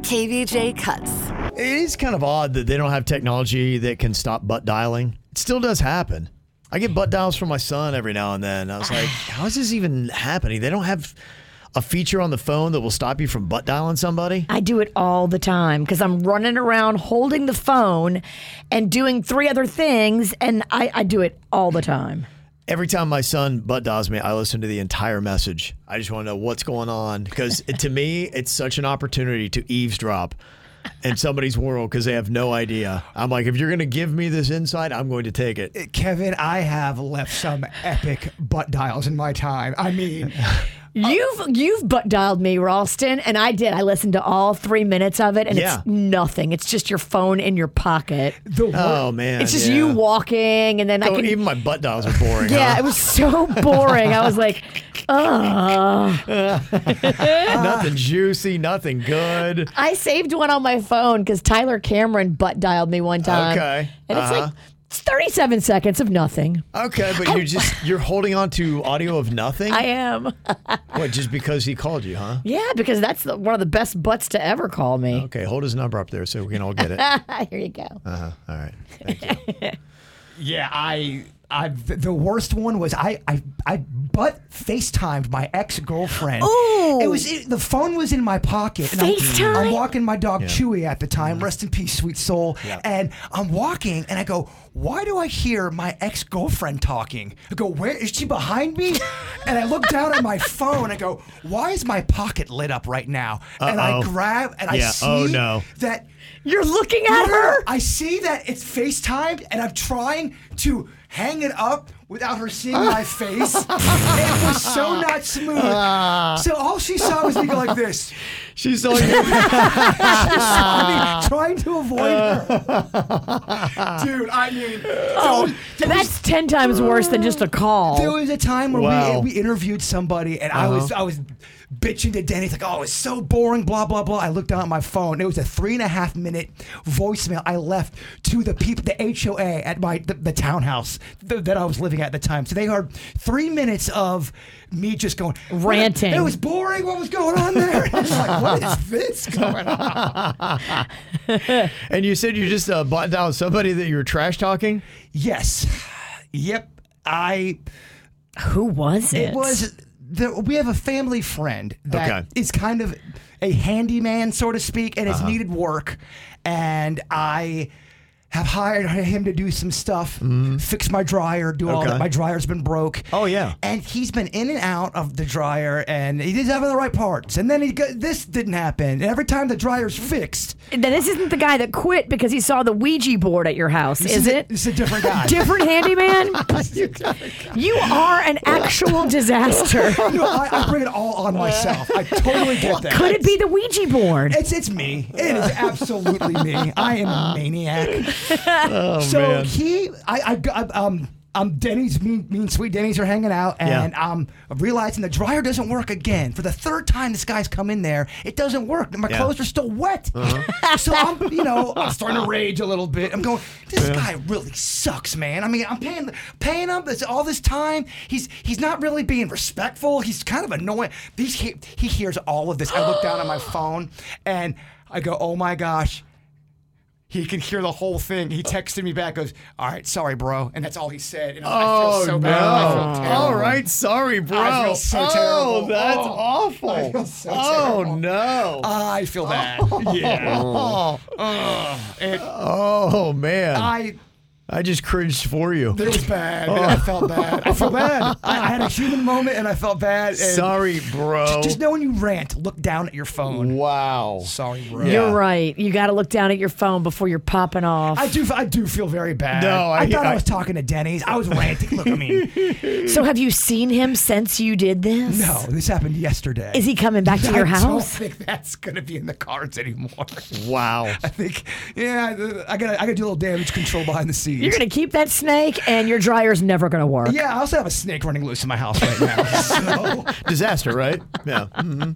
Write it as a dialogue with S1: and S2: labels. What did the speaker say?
S1: KVJ cuts.
S2: It is kind of odd that they don't have technology that can stop butt dialing. It still does happen. I get butt dials from my son every now and then. I was like, how is this even happening? They don't have a feature on the phone that will stop you from butt dialing somebody.
S3: I do it all the time because I'm running around holding the phone and doing three other things, and I, I do it all the time.
S2: Every time my son butt dials me, I listen to the entire message. I just want to know what's going on because to me, it's such an opportunity to eavesdrop in somebody's world because they have no idea. I'm like, if you're going to give me this insight, I'm going to take it.
S4: Kevin, I have left some epic butt dials in my time. I mean,
S2: Oh.
S3: You've you've butt dialed me, Ralston, and I did. I listened to all three minutes of it, and
S2: Yeah.
S3: it's nothing. It's just your phone in your pocket.
S4: the wor-
S2: Oh man,
S3: It's just
S2: yeah.
S3: you walking, and then I
S2: Oh,
S3: can.
S2: even my butt dials are boring.
S3: yeah,
S2: huh?
S3: it was so boring. I was like, ugh.
S2: nothing juicy, nothing good.
S3: I saved one on my phone because Tyler Cameron butt dialed me one time.
S2: Okay.
S3: And it's
S2: Uh-huh.
S3: like it's 37 seconds of nothing.
S2: Okay, but you're just you're holding on to audio of nothing.
S3: I am.
S2: what? Just because he called you, huh?
S3: yeah, because that's the, one of the best butts to ever call me.
S2: Okay, hold his number up there so we can all get it. Uh-huh.
S3: Here you go.
S2: All right.
S4: yeah, I, I, th- the worst one was I, I, I butt FaceTimed my ex girlfriend.
S3: Ooh.
S4: it was it, the phone was in my pocket. I'm-
S3: FaceTime?
S4: I'm, walking my dog Chewy at the time. Rest in peace, sweet soul. And I'm walking, and I go, why do I hear my ex girlfriend talking? I go, where is she behind me? and I look down at my phone. I go, why is my pocket lit up right now? And I
S2: Uh-oh.
S4: grab and I
S2: Yeah,
S4: see
S2: oh no.
S4: that
S3: You're looking at her?
S4: I see that it's FaceTimed and I'm trying to hang it up without her seeing my face. it was so not smooth.
S3: Ah.
S4: so all she saw was me go like this.
S2: She's so good.
S4: She saw
S3: Ah.
S4: me trying to avoid her. Dude, I mean, oh, there, was,
S3: That's 10 times worse than just a
S4: there
S3: call.
S4: was a time where
S2: Wow.
S4: we, we interviewed somebody and I was I was bitching to Denny. It's like, oh, it's so boring, blah, blah, blah. I looked down at my phone. It was a three and a half minute voicemail I left to the people, the HOA at my the, the townhouse th- that I was living at at the time. So they heard three minutes of me just going
S3: Ranting.
S4: It was boring. What was going on there? It's like, what is this going on?
S2: And you said you just uh, bought down somebody that you were trash talking.
S4: Yes. Yep. I
S3: Who was it?
S4: It was. There, we have a family friend that is
S2: Okay. Uh-huh.
S4: kind of a handyman, so to speak, and it's needed work. And I have hired him to do some stuff, fix my dryer, do all
S2: Mm-hmm. Okay.
S4: that. My dryer's been broke.
S2: Oh, yeah.
S4: And he's been in and out of the dryer, and he didn't have the right parts. And then he got, this didn't happen. And every time the dryer's fixed,
S3: Now, this isn't the guy that quit because he saw the Ouija board at your house,
S4: this
S3: is
S4: a-
S3: it?
S4: This is a different guy.
S3: Different handyman? you are an actual disaster.
S4: No, I, I bring it all on myself. I totally get that.
S3: Could it be the Ouija board?
S4: It's it's me. It is absolutely me. I am a maniac. so
S2: Oh, man.
S4: he, I, I, got- um. Um, Denny's, me, me and Sweet Denny's are hanging out, and
S2: Yeah.
S4: I'm um, realizing the dryer doesn't work again. For the third time, this guy's come in there. It doesn't work. My
S2: Yeah.
S4: clothes are still wet. so I'm, you know, I'm starting to rage a little bit. I'm going, this guy really sucks, man. I mean, I'm paying paying him this, all this time. He's he's not really being respectful. He's kind of annoying. These he, he hears all of this. I look down at my phone, and I go, oh my gosh. He can hear the whole thing. He texted me back, goes, "All right, sorry, bro," and that's all he said. And I feel so bad. I feel terrible.
S2: Oh, All right, sorry, bro.
S4: I feel so
S2: oh,
S4: terrible.
S2: that's
S4: Oh.
S2: awful.
S4: I feel so
S2: oh
S4: terrible. Uh,
S2: no.
S4: I feel bad. yeah. Oh, it,
S2: oh man. I,
S4: I.
S2: just cringed for you.
S4: It was bad.
S2: Oh.
S4: and I felt bad. I felt bad. I, I had a human moment, and I felt bad. and
S2: Sorry, bro.
S4: Just know when you rant, look down at your phone.
S2: wow.
S4: Sorry, bro.
S2: Yeah.
S3: You're right. You got to look down at your phone before you're popping off.
S4: I do. I do feel very bad.
S2: No, I-
S4: I, thought I,
S2: I-
S4: was talking to Denny's. I was ranting. Look, I mean,
S3: so, have you seen him since you did this?
S4: no, this happened yesterday.
S3: Is he coming back to your
S4: I don't
S3: house?
S4: think that's gonna be in the cards anymore.
S2: Wow.
S4: I think, yeah, I gotta, I gotta do a little damage control behind the scenes.
S3: You're going to keep that snake, and your dryer's never going to work.
S4: yeah, I also have a snake running loose in my house right now. so
S2: Disaster, right? Yeah.